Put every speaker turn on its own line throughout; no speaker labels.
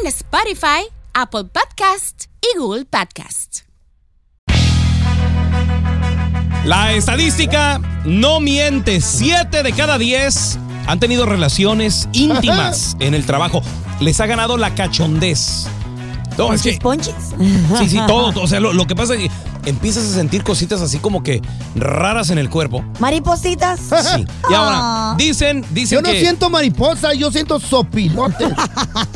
en Spotify, Apple Podcast y Google Podcast.
La estadística no miente. Siete de cada diez han tenido relaciones íntimas en el trabajo. Les ha ganado la cachondez. No, es que-
ponches?
sí, sí, todo. O sea, lo, lo que pasa es que empiezas a sentir cositas así como que raras en el cuerpo.
¿Maripositas?
Sí. Y ahora, dicen, dicen
Ah. Yo no
que-
siento mariposa, yo siento sopilotes.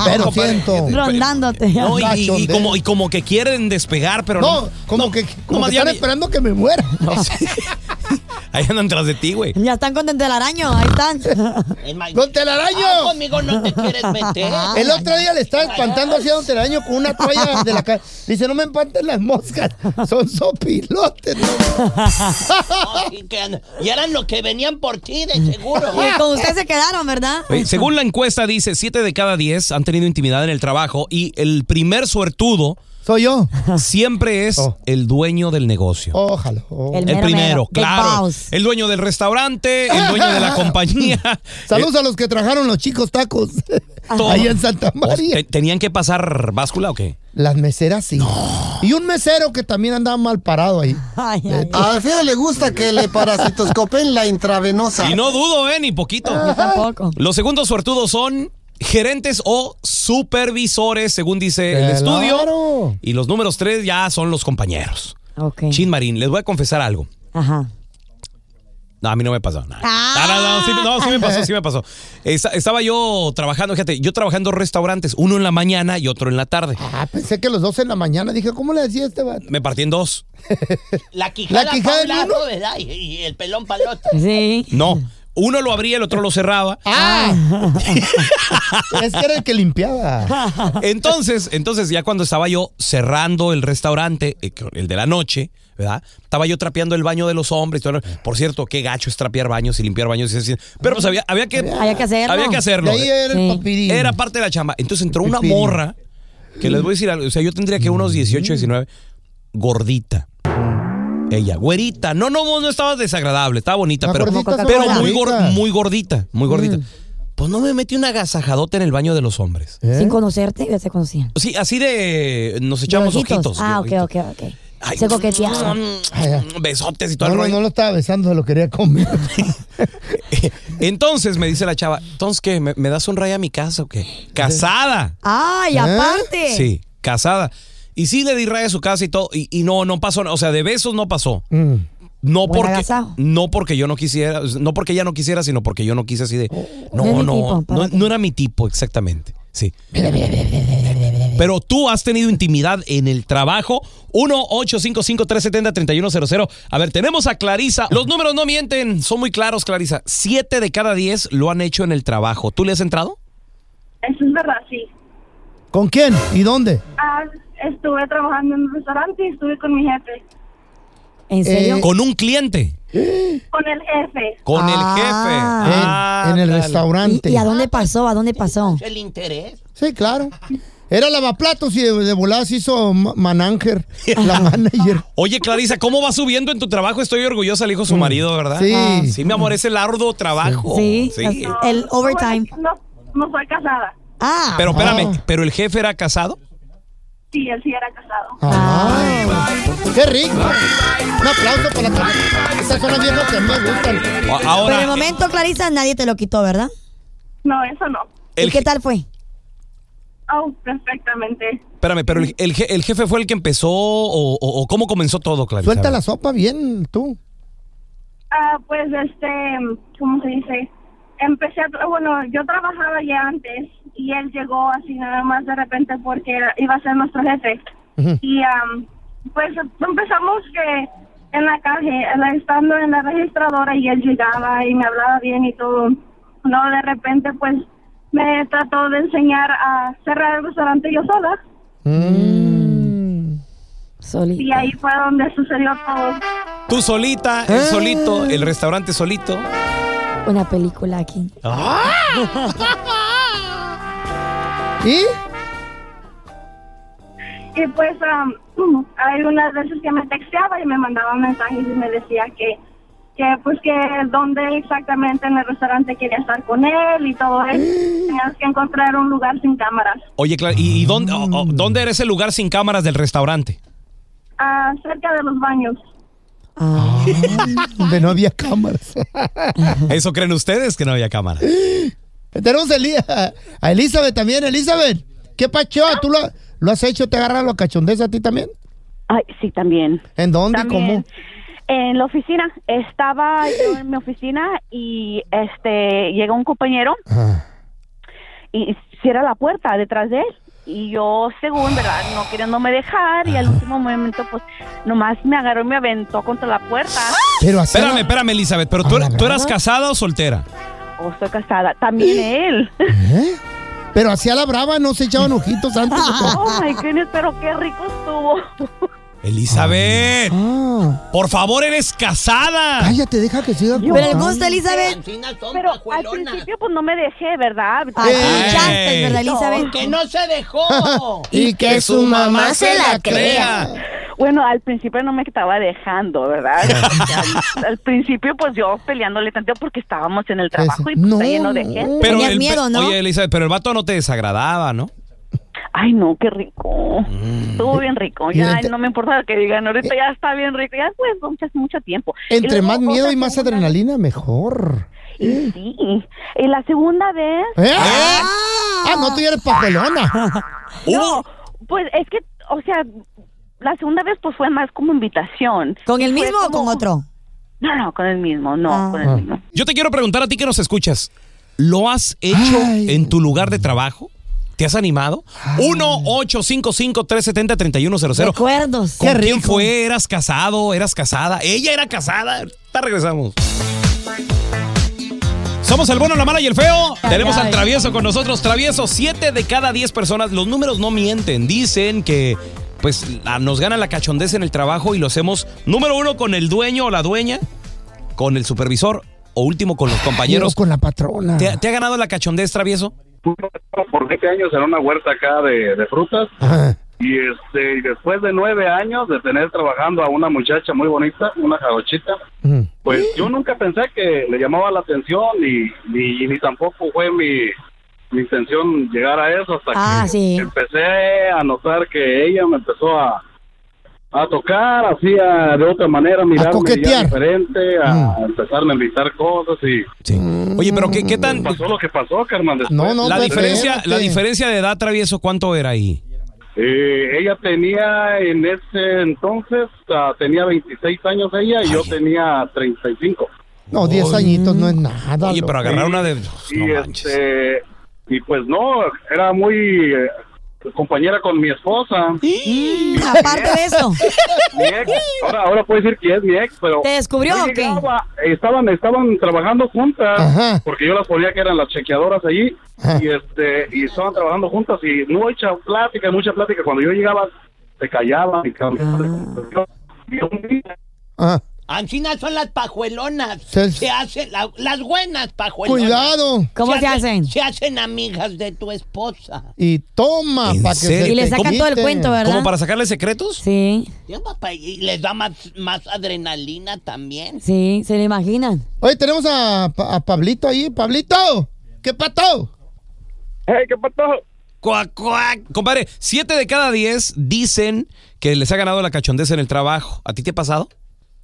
pero
compadre,
siento.
que-
Rondándote.
No, y, y- y
Cachondez.
como, y como que quieren despegar, pero no.
No, como
no,
que, como
nomás
que
ya
están
vi-
esperando que me muera.
Ahí andan tras de ti, güey.
Ya están con telaraño, ahí están.
¡Don Telaraño!
Ah, Conmigo no te quieres meter.
El otro día le estaba espantando así a Don Telaraño con una toalla de la cara. Dice, no me espanten las moscas, son sopilotes.
Y, que- y eran los que venían por ti, de seguro.
Y con ustedes se quedaron, ¿verdad?
Eh, Según la encuesta dice, 7 de cada 10 han tenido intimidad en el trabajo y el primer suertudo
Soy yo.
siempre es
Oh.
el dueño del negocio.
Ojalá. oh.
El-
El
mero,
primero,
mero, big
claro.
boss.
El dueño del restaurante, el dueño de la compañía.
Saludos a los que trabajaron los chicos tacos
Todo.
ahí en Santa
Oh,
María.
¿te- ¿Tenían que pasar báscula o qué?
Las meseras sí. Y un mesero que también andaba mal parado ahí.
Ay, ay, ay.
A Fede le gusta que le parasitoscopen la intravenosa.
Y no dudo, ¿eh? Ni poquito.
Ah. Tampoco.
Los segundos suertudos son gerentes o supervisores, según dice el estudio.
Claro.
Y los números tres ya son los compañeros.
Ok.
Chin Marín, les voy a confesar algo.
Ajá.
No, a mí no me pasó nada.
Ah.
No, no, no, sí, no, sí me pasó, sí me pasó. Esta- estaba yo trabajando, fíjate, yo trabajando en restaurantes, uno en la mañana y otro en la tarde.
Ah, pensé que los dos en la mañana. Dije, ¿cómo le decía este vato?
Me partí en dos.
La quijada,
La quijada
pa'
en
un lado,
uno.
¿verdad? Y, y el pelón para el otro.
Sí.
No, uno lo abría, el otro lo cerraba.
¡Ah! es que era el que limpiaba.
Entonces, entonces ya cuando estaba yo cerrando el restaurante, eh, el de la noche, ¿verdad? Estaba yo trapeando el baño de los hombres. todo lo- Por cierto, qué gacho es trapear baños y limpiar baños. y así. Pero pues había, había que,
Había que hacerlo.
Había que
De
hacerlo.
ahí era
Sí.
el papirín.
Era parte de la chamba. Entonces entró una
Pipirín. Mm.
morra, que les voy a decir algo, o sea, yo tendría que unos 18, 19, gordita. Ella, güerita. No, no, no, no estaba desagradable, estaba bonita,
Ah,
pero,
gordita,
pero
estaba Mm.
muy,
gordita.
gor- muy gordita, muy gordita. Pues no me metí una agasajadote en el baño de los hombres.
¿Eh?
Sin conocerte, ya se conocían.
Sí, así de... Nos echamos
De
ojitos.
Ah, ok,
de
ok,
ojitos.
ok.
Ay,
Se coqueteaban.
mm, mm, Besotes y todo
No,
el
no,
rollo.
no lo estaba besando, se lo quería comer.
Entonces me dice la chava, entonces qué, ¿me, me das un rayo a mi casa o qué? Casada.
Ay,
¿Eh?
aparte.
Sí, casada. Y sí le di raya a su casa y todo. Y, y no, no pasó. nada. O sea, de besos no pasó.
Mm.
No
Buen
porque,
agasajo.
no porque yo no quisiera, no porque ella no quisiera, sino porque yo no quise así de. No,
No
no,
es Oh, mi
no,
tipo, para ti.
no era mi tipo, exactamente. Sí. Pero tú has tenido intimidad en el trabajo. 1-855-370-3100. A ver, tenemos a Clarisa. Los números no mienten, son muy claros, Clarisa. Siete de cada diez lo han hecho en el trabajo. ¿Tú le has entrado?
Eso es verdad, sí.
¿Con quién? ¿Y dónde?
Ah, estuve trabajando en un restaurante y estuve con mi jefe,
¿En serio?
Eh,
Con un cliente.
con el jefe.
Con
Ah.
el jefe. Ah,
En- en, el
Ándale.
restaurante.
¿Y, y a dónde pasó? ¿A dónde pasó?
El interés.
Sí, claro. Era lavaplatos y de, de volada se hizo ma- manager, la manager.
Oye, Clarisa, ¿cómo va subiendo en tu trabajo? Estoy orgullosa, le dijo su marido, ¿verdad?
Mm.
Ah,
Sí.
Sí, mi amor, es el arduo trabajo.
Sí. El overtime.
No, no soy casada.
Ah.
Pero espérame,
Ah.
¿pero el jefe era casado?
Sí, él sí era casado.
Ah, ¡Qué rico! Un aplauso para la Estas son las viejas que me gustan.
A-
Pero
Ahora,
de momento, Clarisa, nadie te lo quitó, ¿verdad?
No, eso no.
el,
¿Y qué tal fue?
Oh, perfectamente.
Espérame, pero el, el je- el jefe fue el que empezó o, o- o cómo comenzó todo, Clarisa.
Suelta la sopa bien, tú.
Ah, pues este, ¿cómo se dice? Empecé a, tra- bueno, yo trabajaba ya antes y él llegó así nada más de repente porque era- iba a ser nuestro jefe. Y am, pues empezamos que en la calle, en la- estando en la registradora y él llegaba y me hablaba bien y todo. No, de repente pues me trató de enseñar a cerrar el restaurante yo sola
Solita.
y ahí fue donde sucedió todo.
Tú solita, él
Ah.
solito, el restaurante solito.
Una película aquí.
¿Y?
Y pues am, hay unas veces que me texteaba y me mandaba mensajes y me decía que, que pues que dónde exactamente en el restaurante quería estar con él y todo eso. Tenías que encontrar un lugar sin cámaras.
Oye, Cla- ¿y, y dónde, o- o-
Mm.
dónde era ese lugar sin cámaras del restaurante?
Ah, cerca de los baños.
Ah,
Donde no había cámaras.
¿Eso creen ustedes que no había cámara?
Tenemos a Eli- a Elizabeth también. Elizabeth, ¿qué pacho? ¿Tú lo, lo has hecho? ¿Te agarran los cachondes a ti también?
Ay, sí, también.
¿En dónde? y
También.
¿Cómo?
En la oficina. Estaba yo en mi oficina y este llega un compañero
Ah.
y cierra la puerta detrás de él. Y yo, según, ¿verdad? No queriéndome dejar y al último momento, pues, nomás me agarró y me aventó contra la puerta.
Pero hacer
Espérame, espérame, Elizabeth, pero tú,
¿A la
tú eras
brava?
casada o soltera?
Oh, estoy casada. También él.
¿Eh? Pero hacía la brava, no se echaban ojitos antes.
Oh, my goodness, pero qué rico estuvo.
Elizabeth,
Ah,
por favor, eres casada.
cállate, deja que siga
Pero el
contando.
gusto, Elizabeth.
Pero al principio, pues, no me dejé, ¿verdad?
Aquí
Ey.
echaste, ¿verdad, Elizabeth?
Que no se dejó.
Y que su mamá se la
Crea.
Bueno, al principio no me estaba dejando, ¿verdad? al, al principio, pues yo peleándole tanteo porque estábamos en el trabajo y pues,
No,
está lleno de gente.
Pero
Tenías
el-
miedo, ¿no?
Oye, Elizabeth, pero el vato no te desagradaba, ¿no?
Ay, no, qué rico. Estuvo bien rico. Ya
Mm. Entre-
ay, no me importa lo que digan. Ahorita ya está bien rico. Ya pues, mucho, mucho tiempo. Y
Entre
luego
más
otra
miedo y más
segunda-
adrenalina, mejor.
Y sí. Y la segunda vez,
¿Eh? Ah, no, tú ya eres papelona.
no, pues es que, o sea, la segunda vez pues fue más como invitación.
¿Con el
Fue
mismo o con
como-
otro?
No, no, con el mismo, no,
Ah.
con el mismo.
Yo te quiero preguntar a ti que nos escuchas. ¿Lo has hecho
Ay.
en tu lugar de trabajo? ¿Te has animado? 1-855-370-3100.
Recuerdos.
¿Con quién fue? ¿Eras casado? ¿Eras casada? ¿Ella era casada? Ahorita regresamos. Somos el bueno, la mala y el feo. Tenemos al travieso con nosotros. Travieso, 7 de cada 10 personas. Los números no mienten. Dicen que pues la- nos gana la cachondez en el trabajo y lo hacemos número uno con el dueño o la dueña, con el supervisor o último con los compañeros.
Quiero con la patrona.
¿Te, te ha ganado la cachondez, travieso?
por 20 años en una huerta acá de, de frutas
Ah,
y este y después de nueve años de tener trabajando a una muchacha muy bonita, una jarochita,
mm.
pues yo nunca pensé que le llamaba la atención y ni, ni tampoco fue mi, mi intención llegar a eso hasta
Ah,
que
sí.
empecé a notar que ella me empezó a a tocar así a- de otra manera, mirarme ya
coquetear.
diferente, a, a empezarme a invitar cosas y
Sí. Oye, pero ¿qué, qué tan...
pasó lo que pasó, Carmen. después.
No, no,
la,
espérate.
diferencia, la diferencia de edad, travieso, ¿cuánto era ahí?
Eh, ella tenía en ese entonces, ah, tenía 26 años ella y yo tenía 35.
No, 10 añitos no es nada.
Oye, pero
loco.
agarrar una de...
Y,
No manches.
este, y pues no, era muy eh, compañera con mi esposa. Mi
Mm, aparte de eso,
ex, ahora, ahora puedo decir que es mi ex, pero...
¿te descubrió
yo
o qué?
llegaba, Estaban, estaban trabajando juntas,
Ajá.
porque yo las ponía que eran las chequeadoras allí,
Ajá.
y este, y estaban trabajando juntas, y mucha plática, mucha plática. Cuando yo llegaba, se callaban y
Ah.
cambiaban. Y un día,
Ah,
Ancina son las pajuelonas.
Se-
Se, hacen la- las buenas pajuelonas.
cuidado.
¿Cómo se hacen?
Se hacen amigas de tu esposa.
Y toma,
¿En
para que
serio?
se
Y le
te
sacan todo el
quite.
cuento, ¿verdad?
¿Como para sacarle secretos?
Sí,
Ya, papá, Y les da más, más adrenalina también.
sí, se lo imaginan.
Oye, tenemos a, Pa- a Pablito ahí. Pablito, ¿qué pato?
Cuac, cuac. Compadre, 7 de cada 10 dicen que les ha ganado la cachondez en el trabajo. ¿A ti te ha pasado?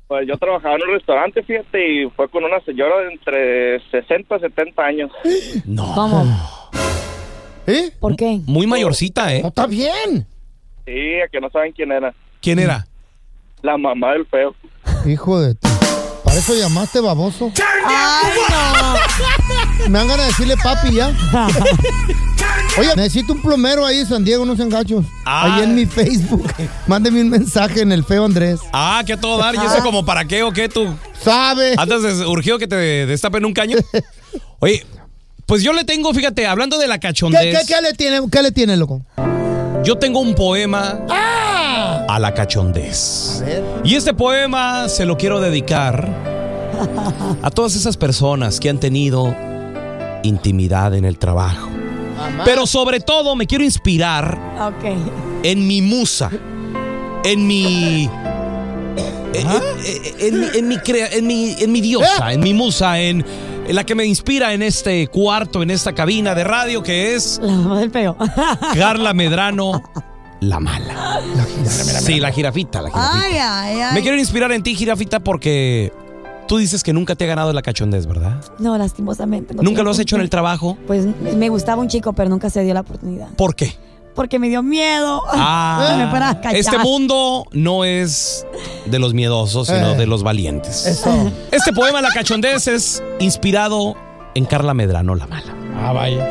Pues yo trabajaba en un restaurante, fíjate, y fue con una señora de entre 60 y 70 años.
No.
¿Cómo?
¿Eh?
¿Por qué?
Muy mayorcita, ¿eh?
está bien.
Sí, a que no saben quién era.
¿Quién era?
La mamá del feo.
Hijo de tu. ¿Para eso llamaste baboso? Me van a decirle papi ya. Oye, necesito un plomero ahí en San Diego, unos engachos.
Ah.
Ahí en mi Facebook. Mándeme un mensaje en el feo Andrés.
Ah, que a todo dar. ¿Y eso como para qué o qué tú?
¿Sabe?
¿Andas des- urgido que te destapen un caño? Oye, pues yo le tengo, fíjate, hablando de la
¿Qué, qué,
cachondez,
qué le tiene, qué le tiene, loco?
yo tengo un poema
¡Ah!
a la cachondez. Y este poema se lo quiero dedicar a todas esas personas que han tenido intimidad en el trabajo. Pero sobre todo me quiero inspirar
Ok.
en mi musa, en mi. En, en- en mi- en mi crea- en mi- en mi diosa, en mi musa, en, en la que me inspira en este cuarto, en esta cabina de radio, que es
La mamá del peo.
Carla Medrano, la mala. Sí, la jirafita, la jirafita.
Ay, ay, ay.
Me quiero inspirar en ti, jirafita, porque tú dices que nunca te ha ganado la cachondez, ¿verdad?
No, lastimosamente. no
Nunca
tengo
lo has
con
hecho en el
quién.
trabajo.
Pues me gustaba un chico, pero nunca se dio la oportunidad.
¿Por qué?
Porque me dio miedo.
Ah,
Me fuera a cachar.
este mundo no es de los miedosos, sino
Eh.
de los valientes.
Eso.
Este poema La Cachondez es inspirado en Carla Medrano, la mala.
Ah, vaya.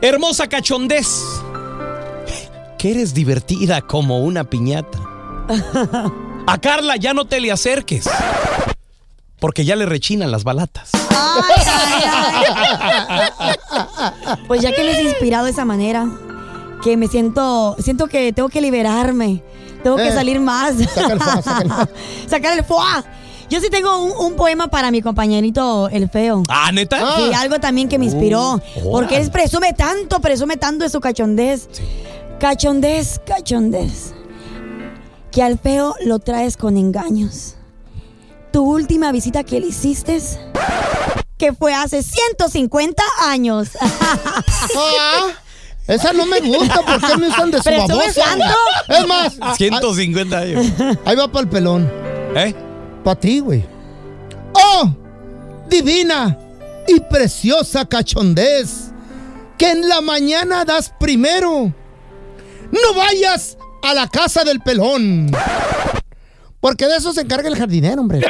Hermosa cachondez, que eres divertida como una piñata. A Carla ya no te le acerques, porque ya le rechinan las balatas.
Ay, ay, ay. Pues ya que les he inspirado de esa manera, que me siento, siento que tengo que liberarme, tengo que
Eh,
salir más.
saca el fuá, saca el fuá.
Sacar el fuá. Yo sí tengo un, un poema para mi compañerito el feo.
Ah, neta.
Sí, algo también que me inspiró.
Uh,
porque
órale.
él presume tanto, presume tanto de su cachondez. Cachondez, cachondez. Que al feo lo traes con engaños. Tu última visita que le hiciste, que fue hace 150 años.
Ah, esa no me gusta. ¿Por qué me usan de su
Pero tú
baboso?
eres santo.
Es más, ahí,
150 años.
ahí va para el pelón.
¿Eh?
Para ti, güey. ¡Oh! Divina y preciosa cachondez, que en la mañana das primero. No vayas a la casa del pelón. Porque de eso se encarga el jardinero, hombre.